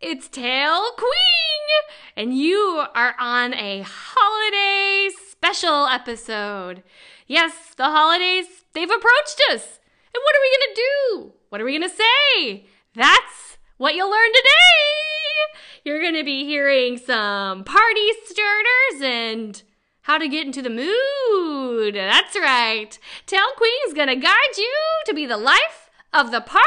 It's Tail Queen! And you are on a holiday special episode. Yes, the holidays, they've approached us. And what are we gonna do? What are we gonna say? That's what you'll learn today! You're gonna be hearing some party starters and how to get into the mood. That's right. Tail Queen's gonna guide you to be the life of the party.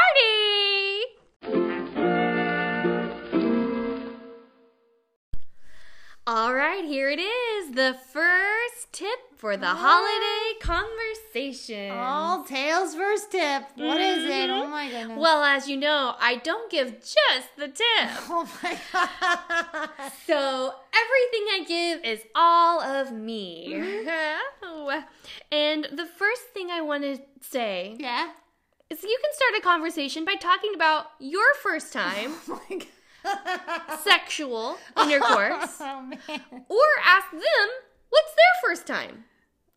All right, here it is the first tip for the holiday conversation. All tails first tip. What is it? Oh my goodness. Mm-hmm. Well, as you know, I don't give just the tip. oh my god. So everything I give is all of me. and the first thing I want to say yeah. is you can start a conversation by talking about your first time Oh my god. sexual intercourse Oh man. or ask them what's their first time.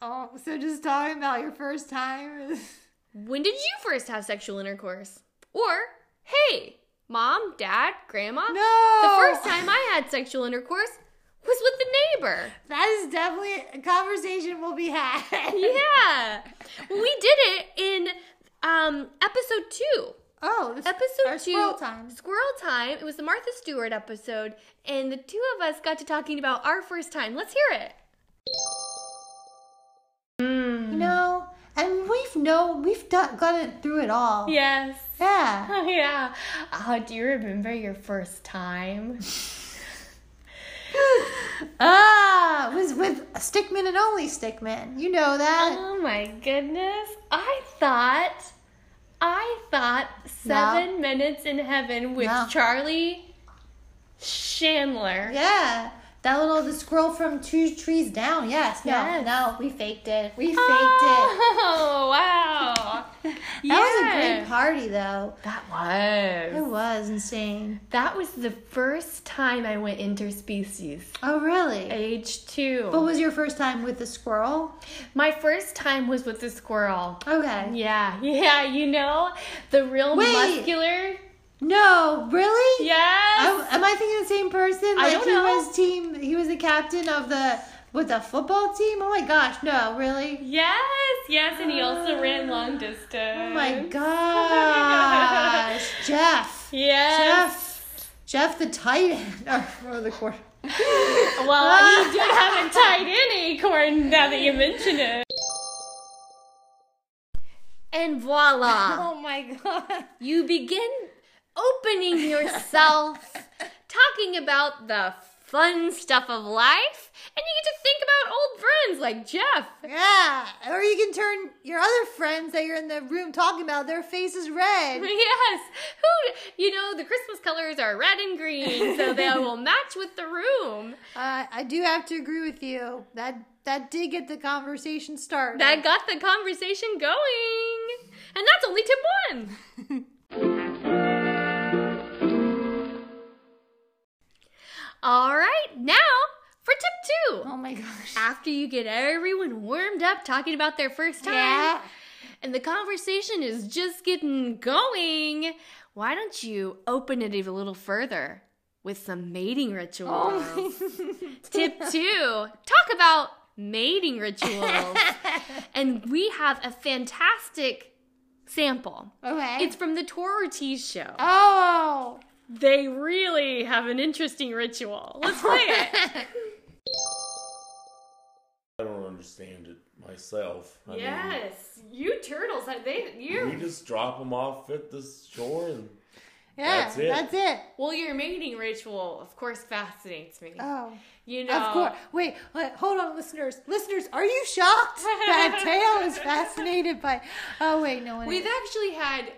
Oh, so just talking about your first time. is- When did you first have sexual intercourse? Or, hey, mom, dad, grandma, No. the first time I had sexual intercourse was with the neighbor. That is definitely a conversation will be had. Yeah. Well, we did it in um, episode two. Oh, this Episode our two. squirrel time. Squirrel time. It was the Martha Stewart episode, and the two of us got to talking about our first time. Let's hear it. Mm. You know, and we've no, we've done, got it through it all. Yes. Yeah. Oh, yeah. Oh, do you remember your first time? Ah, it was with Stickman and only Stickman. You know that. oh my goodness. I thought, I thought Seven Minutes in Heaven with No. Charlie Chandler. Yeah. That little the squirrel from two trees down. Yes. No. Yes. No. We faked it. We faked it. Oh, wow. That was a great party though. That was. It was insane. That was the first time I went interspecies, Oh really? age two. What was your first time with the squirrel? My first time was with a squirrel. Okay. Yeah, yeah, you know, the real Wait. muscular. No, really? Yes. Oh, am I thinking the same person? I Like don't he know. was team he was the captain of the with the football team? Oh my gosh, no, really? Yes, yes, and he also ran long distance. Oh my gosh. Jeff. Yes. Jeff. Jeff the Titan. Or, or the quarter. Well, he did have a tight end acorn now that you mention it. And voila. Oh my god. You begin opening yourself, talking about the fun stuff of life, and you get to think about old friends like Jeff. Yeah, or you can turn your other friends that you're in the room talking about. Their face is red. Yes, who you know the Christmas colors are red and green, so they will match with the room. Uh, I do have to agree with you. That that did get the conversation started. That got the conversation going, and that's only tip one. All right, now for tip two. oh my gosh. after you get everyone warmed up talking about their first time Yeah. and the conversation is just getting going, why don't you open it even a little further with some mating rituals? Oh Um, Tip two talk about mating rituals. and we have a fantastic sample. okay. It's from the Tor Ortiz show. oh. They really have an interesting ritual. Let's play it. I don't understand it myself. I mean, Yes, you turtles. They we you. just drop them off at the shore and Yeah. That's it. That's it. Well, your mating ritual, of course, fascinates me. Uh, Oh. you know, Of course. Wait, wait, hold on, listeners. Listeners, are you shocked that Tail is fascinated by? Oh wait, no one. We've is. actually had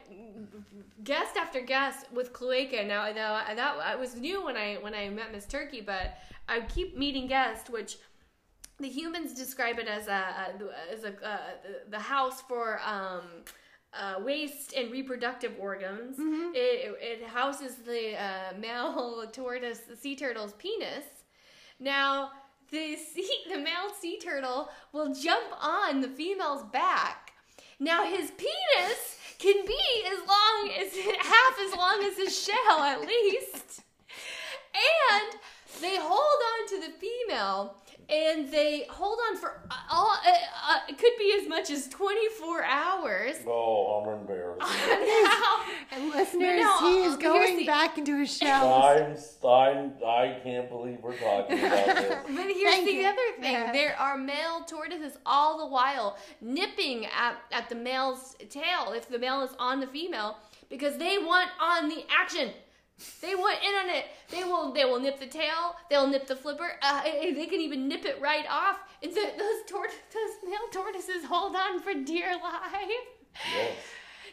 guest after guest with cloaca. Now, now that was new when I when I met Miss Turkey, but I keep meeting guests, which the humans describe it as a a- as a uh, the house for. Um, uh, waste and reproductive organs. It, it houses the uh, male tortoise, sea turtle's penis, Now, the sea, the male sea turtle will jump on the female's back. Now his penis can be as long as half as long as his shell at least. and they hold on to the female and they hold on for all uh, uh, it could be as much as 24 hours Oh, I'm embarrassed. now And listeners, No, he is uh, here's going the- back into his shell. I'm, I'm, I can't believe we're talking about this. But here's Thank the you. other thing: Yeah. there are male tortoises all the while nipping at, at the male's tail if the male is on the female because they want on the action. They want in on it. They will. They will nip the tail. They'll nip the flipper. Uh, eh, eh, they can even nip it right off. And th those tort- those male tortoises hold on for dear life. Yes.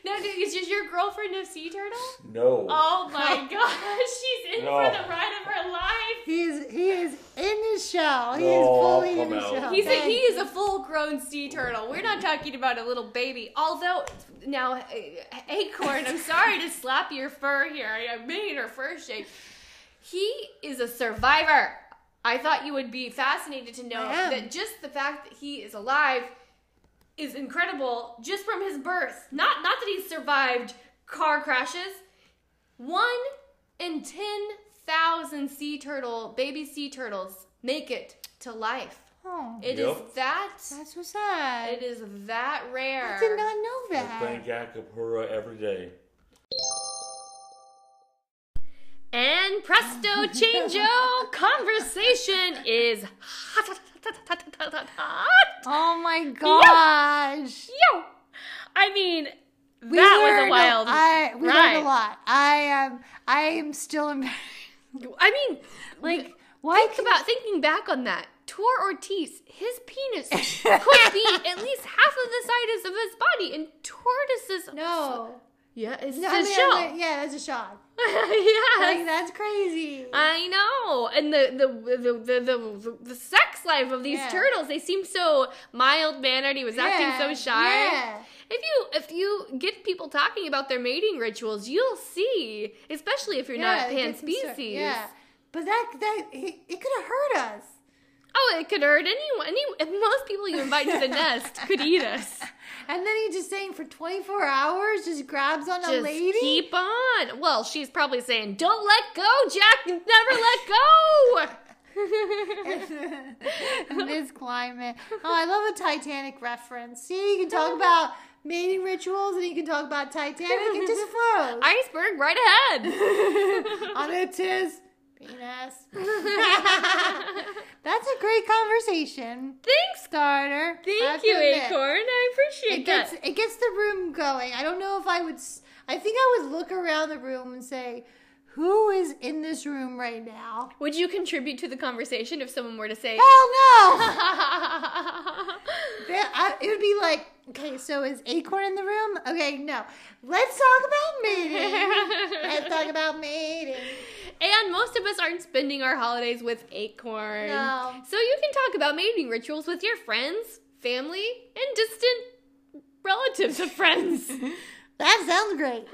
Now, do- is just your girlfriend a sea turtle? No. Oh my gosh, she's in for No. the ride of her life. He is he is in his shell. He is No, I'll fully in Oh, come his out. shell. He's a, Thank he is a full grown sea turtle. We're not talking about a little baby. Although, now, uh, Acorn, I'm sorry to slap your fur here. I made her fur shake. He is a survivor. I thought you would be fascinated to know I am. that just the fact that he is alive is incredible just from his birth. Not not that he's survived car crashes. One in 10,000 sea turtle, baby sea turtles make it to life. Oh, It is Yep. that. that's so sad. It is that rare. I did not know I that. thank Acapura every day. And presto changeo, conversation is hot. Oh my gosh. Yo, I mean, We that was learned a wild I we ride. learned a lot. I am I am still embarrassed. I mean, like, Why think about thinking back on that. Tor Ortiz, his penis could be at least half of the size of his body, and tortoises. No. Yeah, it's No, a I mean, show. I'm like- yeah, that's a shot. yes. Like that's crazy. I know, and the the the the, the, the sex life of these Yeah. turtles. They seem so mild mannered. He was Yeah, acting so shy. yeah. If you if you get people talking about their mating rituals, you'll see. Especially if you're not it pan gets into- species. Yeah. But that that it, it could have hurt us. Oh, it could hurt anyone. Any if most people you invite to the nest could eat us. And then he just saying for 24 hours just grabs on a Just lady. keep on. Well, she's probably saying, "Don't let go, Jack. Never let go." in this climate. Oh, I love a Titanic reference. See, you can talk about mating rituals and you can talk about Titanic. It just flows. Iceberg right ahead. On it is penis. That's a great conversation Thanks, starter. I have Thank to you, admit. Acorn. I appreciate It that. gets it gets the room going. I don't know if I would. s- I think I would look around the room and say, "Who is in this room right now?" Would you contribute to the conversation if someone were to say, Hell no. "Let's Yeah, I, it would be like, okay, so is Acorn in the room? Okay, no. Let's talk about mating. Let's talk about mating. And most of us aren't spending our holidays with Acorn. No. So you can talk about mating rituals with your friends, family, and distant relatives of friends. That sounds great.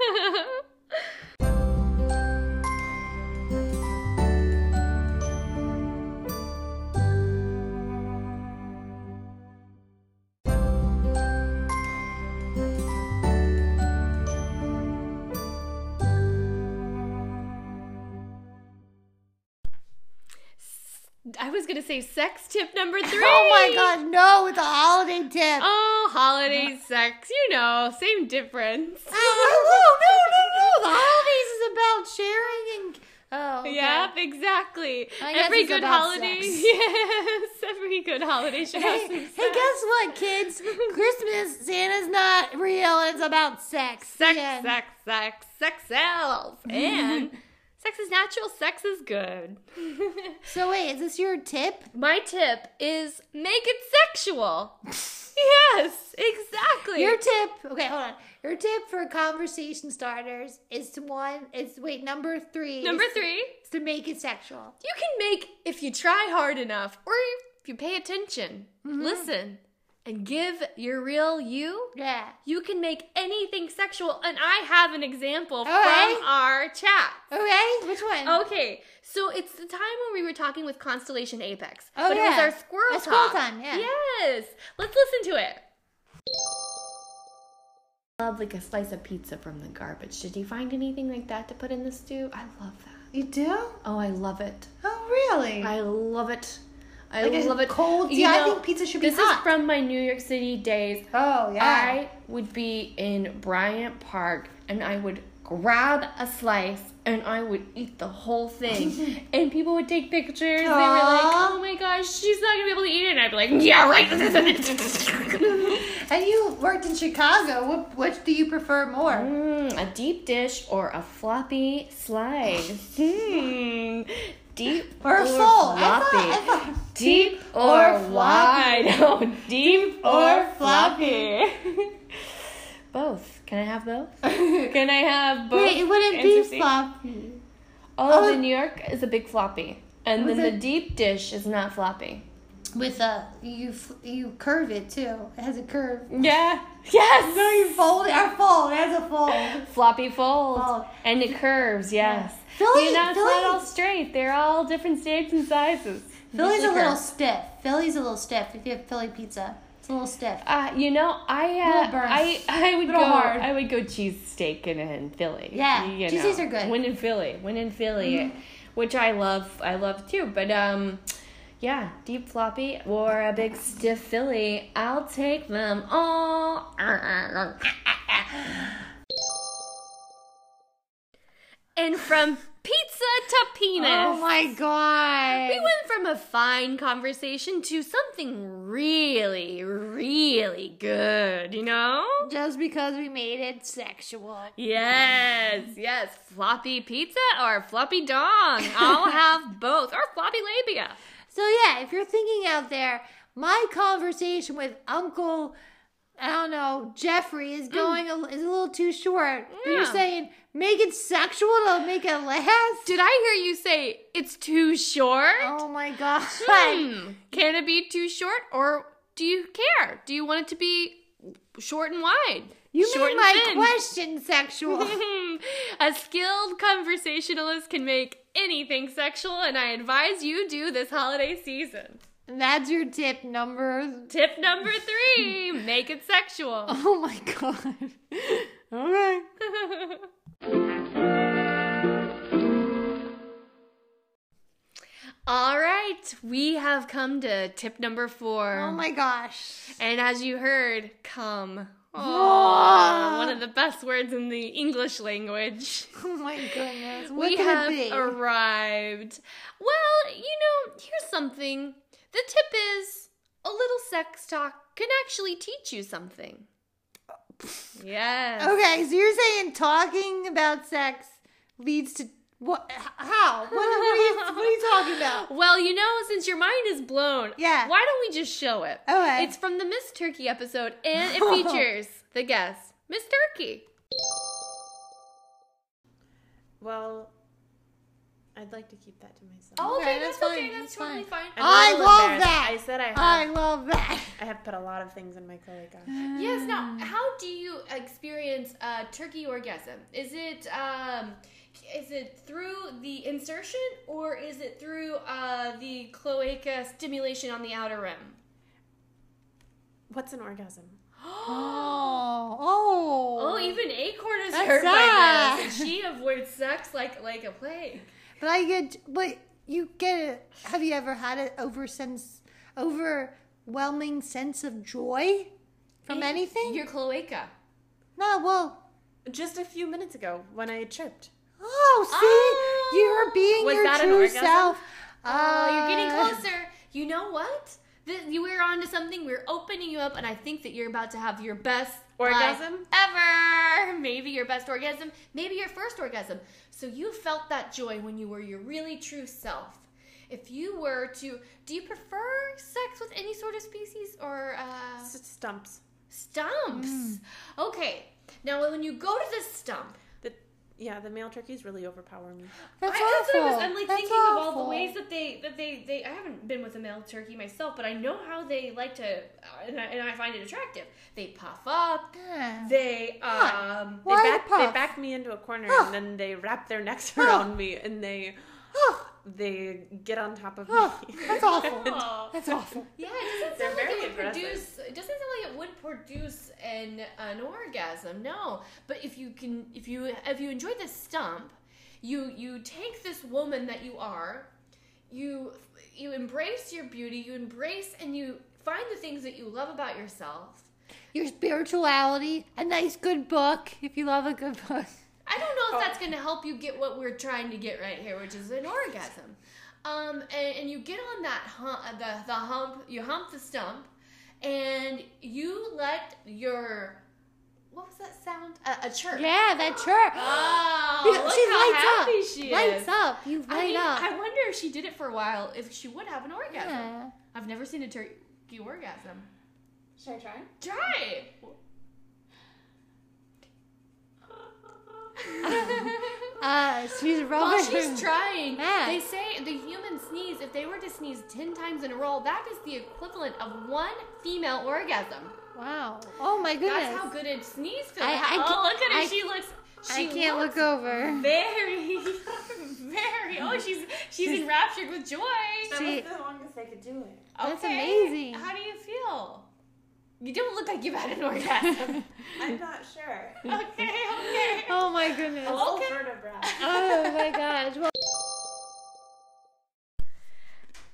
I was going to say sex tip number three. Oh my god, no, with a holiday tip. Oh, holiday sex. You know, same difference. Oh, no, no, no, no. The holidays is about sharing and. Oh, okay. Yep, exactly. I guess Every it's good about holiday, sex. yes, every good holiday should have Hey, some hey, guess sex. what, kids? Christmas, Santa's not real. It's about sex. Sex, The end. sex, sex, sex sells, and sex is natural. Sex is good. So, wait, is this your tip? My tip is make it sexual. yes, exactly. Your tip, okay, hold on. Your tip for conversation starters is to one. It's wait, number three. Number is three, is to make it sexual. you can make if you try hard enough, or if you pay attention, listen, and give your real you. Yeah. You can make anything sexual, and I have an example right. from our chat. Okay. Which one? Okay, so it's the time when we were talking with Constellation Apex. Oh, but it was yeah. our squirrel A squirrel talk. time, yeah. Yes. Let's listen to it. Love like a slice of pizza from the garbage. Did you find anything like that to put in the stew? I love that. You do? Oh, I love it. Oh, really? I love it. I Like a love it. cold- You yeah, I know, think pizza should be This hot. is from my New York City days. oh, yeah. I would be in Bryant Park and I would grab a slice and I would eat the whole thing. and people would take pictures. They were like, Aw. "Oh my gosh, she's not gonna be able to eat it." And I'd be like, "Yeah, right." mm, and you worked in Chicago. What which do you prefer more? Mm, a deep dish or a floppy slice? Hmm. Deep Or a full? I floppy. thought, I thought Deep or or floppy? wide? No, deep or or floppy. both. Can I have both? Can I have both? Wait, it wouldn't be Interesting. floppy. All oh. of the New York is a big floppy, and Was then it- the deep dish is not floppy. With a you f- you curve it too. It has a curve. Yeah. Yes. No, you fold it. Or fold. It has a fold. Floppy fold. Fold. and it curves. Yes. Oh. Philly- You're not, it's not Philly- all straight. They're all different shapes and sizes. Philly's Just a like little her. stiff. Philly's a little stiff. If you have Philly pizza, it's a little stiff. Uh, you know, I Little uh, burn. I I would go. Little hard. I would go cheesesteak in, in Philly. Yeah, you cheesesteaks know. are good. Mm-hmm. When in Philly, when in Philly, which I love. I love too. But um, yeah, deep floppy or a big stiff Philly. I'll take them all. and from pizza to penis. Oh my god. We went from a fine conversation to something really, really good, you know? Just because we made it sexual. Yes, yes. Floppy pizza or floppy dong. I'll have both. Or floppy labia. So yeah, if you're thinking out there, my conversation with Uncle, I don't know, Jeffrey is going a, is a little too short. But You're Yeah. saying make it sexual to make it last. Did I hear you say it's too short? Oh my god. Hmm. Can it be too short or do you care? Do you want it to be short and wide? You short made and my thin? question sexual. a skilled conversationalist can make anything sexual, and I advise you do this holiday season. That's your tip number. Tip number three make it sexual. Oh my god. Okay. All right, we have come to tip number four. Oh my gosh. and as you heard, come. Ah. Oh, one of the best words in the English language. Oh my goodness. What we could have it be? arrived. Well, you know, here's something. The tip is a little sex talk can actually teach you something. Yes. Okay, so you're saying talking about sex leads to what? h- How? What, what, are, you, what are you talking about? Well, you know, since your mind is blown, Yeah. why don't we just show it? Okay. It's from the Miss Turkey episode, and it features the guest, Miss Turkey. Well, I'd like to keep that to myself. Oh, Okay, that's fine, that's fine. I'm a I little love embarrassed. that. I said I have. I love that. I have put a lot of things in my cloaca. Yes. Hmm. Now, how do you experience uh, turkey orgasm? Is it um, is it through the insertion or is it through uh, the cloaca stimulation on the outer rim? What's an orgasm? Oh, oh. Oh, even Acorn is That's hurt by sad. this, and she avoids sex like like a plague. But I get, but you get it. Have you ever had an over sense, overwhelming sense of joy from anything? Your cloaca. no, well. Just a few minutes ago when I tripped. Oh, see, Oh. you're being Was your that an true orgasm? self. Oh, you're getting Ah. Uh, closer. You know what? Th- you were onto something. We're opening you up, and I think that you're about to have your best Orgasm? life ever. Maybe your best orgasm. Maybe your first orgasm. So you felt that joy when you were your really true self. If you were to, do you prefer sex with any sort of species or uh, S- Mm. stumps. stumps? Okay. Now, when you go to the stump, The, yeah, the male turkeys really overpower me. That's I, that's what I was. awful. I'm like That's thinking of all awful. the ways that they that they they. I haven't been with a male turkey myself, but I know how they like to, uh, and I, and I find it attractive. They puff up. Yeah. They Huh. um. They Why the back, they puff? back me into a corner Ah. and then they wrap their necks Ah. around me and they Oh, they get on top of oh, me. that's awful. Aw. That's awful. Yeah, it doesn't They're sound like very it would aggressive. produce. It doesn't sound like it would produce an an orgasm. No, but if you can, if you if you enjoy the stump, you you take this woman that you are, you you embrace your beauty, you embrace and you find the things that you love about yourself. Your spirituality, a nice good book, if you love a good book. I don't know Oh. if that's going to help you get what we're trying to get right here, which is an orgasm. Um, and, and you get on that hump, the, the hump, you hump the stump, and you let your what was that sound? A, a chirp. Yeah, that church. Oh, Yeah, look she how lights up. happy she Lights is. up. You light I mean, up. I wonder if she did it for a while, if she would have an orgasm. yeah. I've never seen a turkey orgasm. Should I try? Try. Uh, she's rubbing. While she's trying, Yeah. they say the human sneeze, if they were to sneeze 10 times in a row, that is the equivalent of one female orgasm. wow. Oh my goodness. That's how good a sneeze feels. I- I oh, can't- look at her. I- she looks. I She can't looks look over. Very, very. Oh, she's she's enraptured with joy. That See- was the longest I could do it. That's Okay, amazing. How do you feel? You don't look like you've had an orgasm. Hmm. I'm not sure. okay, okay. Oh my goodness. A whole Okay. vertebra. Oh my gosh. Well,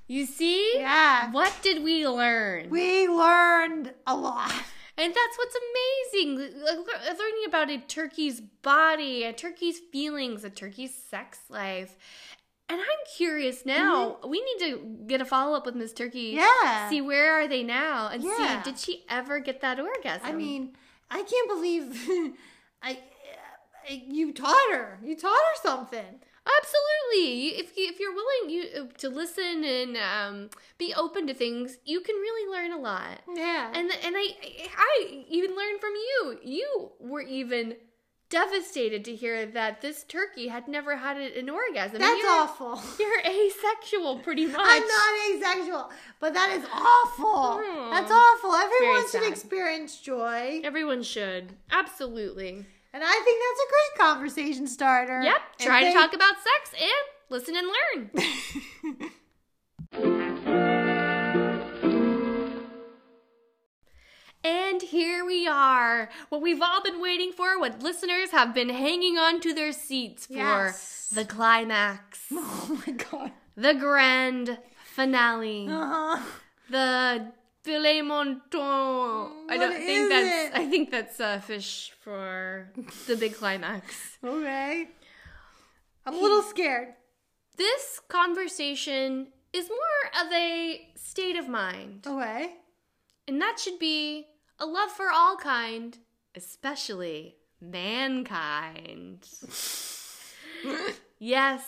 You see? yeah. What did we learn? We learned a lot. And that's what's amazing. Le- le- Learning about a turkey's body, a turkey's feelings, a turkey's sex life. And I'm curious now. We need to get a follow up with Miss Turkey. Yeah. See where are they now and Yeah. see did she ever get that orgasm? I mean, I can't believe I, I you taught her. You taught her something. absolutely. You- If you, if you're willing you uh, to listen and um, be open to things, you can really learn a lot. Yeah. And and I I even learned from you. You were even devastated to hear that this turkey had never had an orgasm. That's you're, awful. You're asexual, pretty much. I'm not asexual, but that is awful. Hmm. That's awful. Everyone Very should sad. experience joy. Everyone should absolutely. And I think that's a great conversation starter. Yep. If Try to they- talk about sex and listen and learn. And here we are. What we've all been waiting for, what listeners have been hanging on to their seats for Yes. the climax, Oh my god. the grand finale, Uh-huh. the filet monton. I What don't is think that's it? I think that's uh, fish for the big climax. Okay. I'm a little scared. this conversation is more of a state of mind, Okay. and that should be a love for all kind, especially mankind. yes,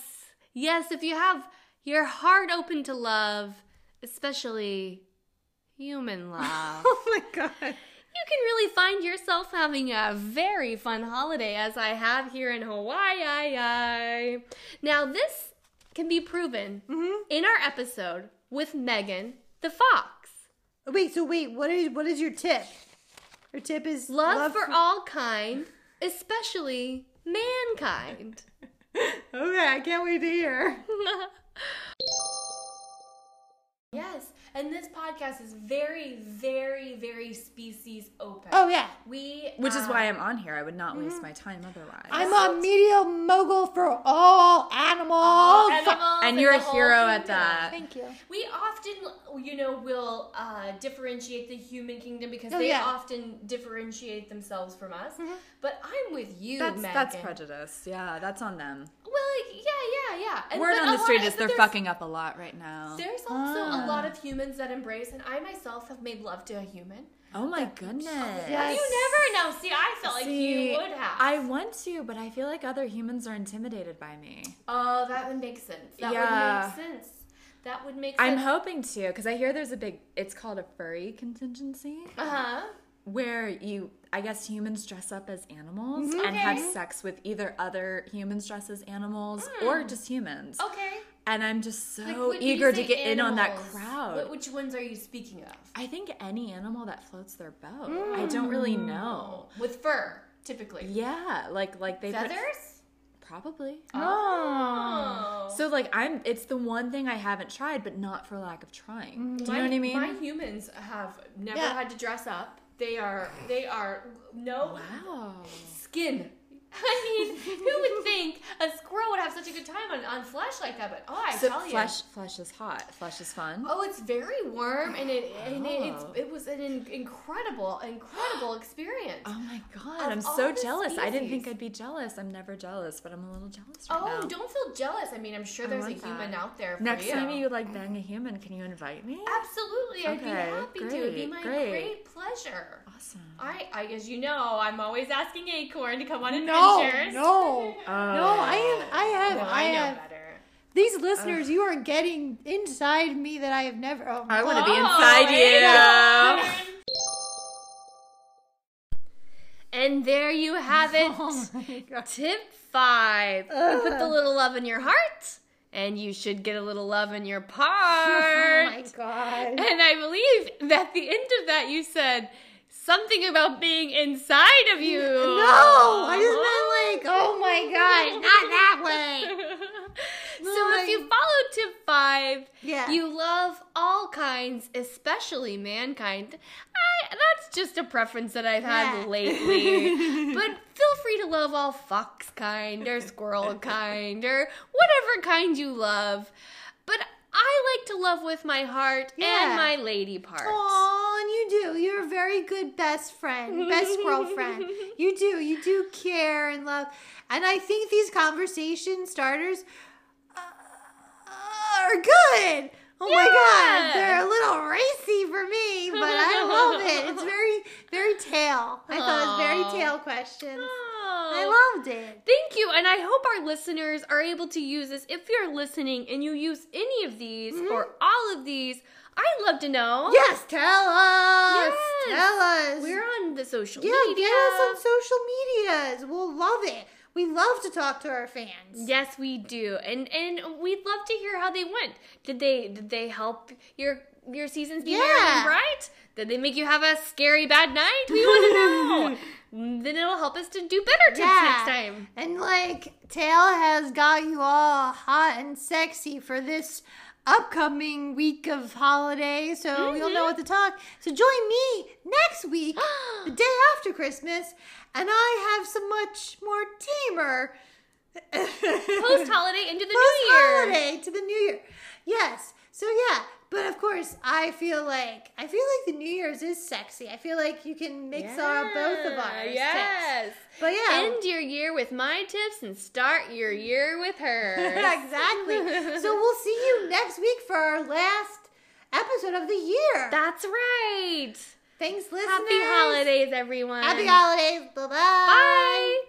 yes, if you have your heart open to love, especially human love. Oh my god. You can really find yourself having a very fun holiday as I have here in Hawaii. Now, this can be proven Hmm? in our episode with Megan the Fox. Wait, so wait, what is what is your tip? Your tip is Love, for all kind, especially mankind. Okay, I can't wait to hear. yes, and this podcast is very, very, very species open. Oh yeah. We, um, Which is why I'm Ah. on here. I would not Mm-hmm. waste my time otherwise. I'm a media mogul for all animals. and you're a hero at that. Thank you. We often, you know, will uh, differentiate the human kingdom because Oh, they yeah. often differentiate themselves from us. But I'm with you, That's Megan. that's prejudice. Yeah, that's on them. Well, yeah, yeah, yeah. And- Word but on a the lot- street is but they're there's- fucking Ah. up a lot right now. There's also a lot of humans that embrace, and I myself have made love to a human. Oh my goodness. Yes. You never know. See, I felt See, like you would have. I want to, but I feel like other humans are intimidated by me. oh, that would make sense. That Yeah. would make sense. That would make I'm sense. hoping to, because I hear there's a big. It's called a furry contingency, uh huh. where you, I guess, humans dress up as animals and Mm-hmm. Okay. have sex with either other humans dressed as animals or Mm. just humans. Okay. And I'm just so Like, when you Oh, eager to say get in on that animals, crowd. What, which ones are you speaking of? I think any animal that floats their boat. I don't really Mm. know. Oh, With fur, typically. Yeah, like like they put- Feathers? probably. Oh. So like I'm it's the one thing I haven't tried, but not for lack of trying. Mm, Do you know what I mean? My humans have never Yeah. Oh, had to dress up. They are they are no wow. skin. I mean, who would think a squirrel would have such a good time on, on flesh like that? But oh, I So tell you, flesh, flesh is hot. Flesh is fun. Oh, it's very warm, and it and it, it's, Oh. it was an in- incredible, incredible experience. Oh my god, Of I'm all so the jealous. I didn't think species. I'd be jealous. I'm never jealous, but I'm a little jealous right Oh, now. don't feel jealous. I mean, I'm sure I there's a want human that. out there. For Next you. time you like bang a human, can you invite me? absolutely, I'd be Okay, happy to. It'd be great, my great. great pleasure. Awesome. I, I, as you know, I'm always asking Acorn to come on No, adventures. no, no. I am. I have. No, Uh, Oh, I, I, know have. better. These listeners, you are getting inside me that I have never. Oh, I want to be Oh, inside I you. And there you have it. Oh my God. Tip five. You put the little love in your heart, and you should get a little love in your Oh part. my god. And I believe that at the end of that you said something about being inside of you. No, I just meant like, oh my god, not that way. so if you follow tip five, Yeah. you love all kinds, especially mankind. I, that's just a preference that I've had Yeah. lately. but feel free to love all fox kind or squirrel kind or whatever kind you love. But I like to love with my heart Yeah. and my lady part. Oh, and you do. You're a very good best friend, best squirrel friend. You do. You do care and love. And I think these conversation starters uh, are good. Oh my Yeah. god, they're a little racy for me, but I love it. It's very, very tail. I thought it was Aw. very tail questions. Oh. I loved it. Thank you, and I hope our listeners are able to use this. If you're listening and you use any of these or all of these, I'd love to know. Mm-hmm. Yes, tell us. Oh. Yes. Tell us. We're on the social yeah, media. get us on social medias. We'll love it. We love to talk to our fans. Yes, we do, and and we'd love to hear how they went. Did they did they help your your seasons be Yeah. merry right? Did they make you have a scary bad night? We want to know. then it'll help us to do better tips next time. And like Tail has got you all hot and sexy for this upcoming week of holiday, so you'll know what to talk. So join me next week, the day after Christmas, and I have some much more tamer Post holiday into the new year. holiday to the new year. Yes. So yeah, but of course, I feel like I feel like the New Year's is sexy. I feel like you can mix our both of Yeah, ours. tips. Yes. But yeah, End your year with my tips and start your year with hers. exactly. so we'll see you next week for our last episode of the year. That's right. Thanks, listeners. Happy holidays, everyone. Happy holidays. Bye-bye.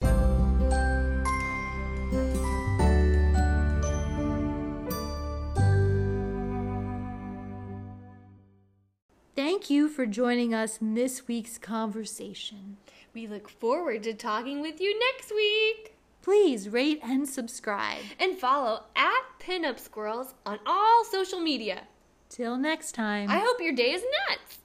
Bye. Thank you for joining us in this week's conversation. We look forward to talking with you next week. Please rate and subscribe. And follow at Pinup Squirrels on all social media. Till next time. I hope your day is nuts.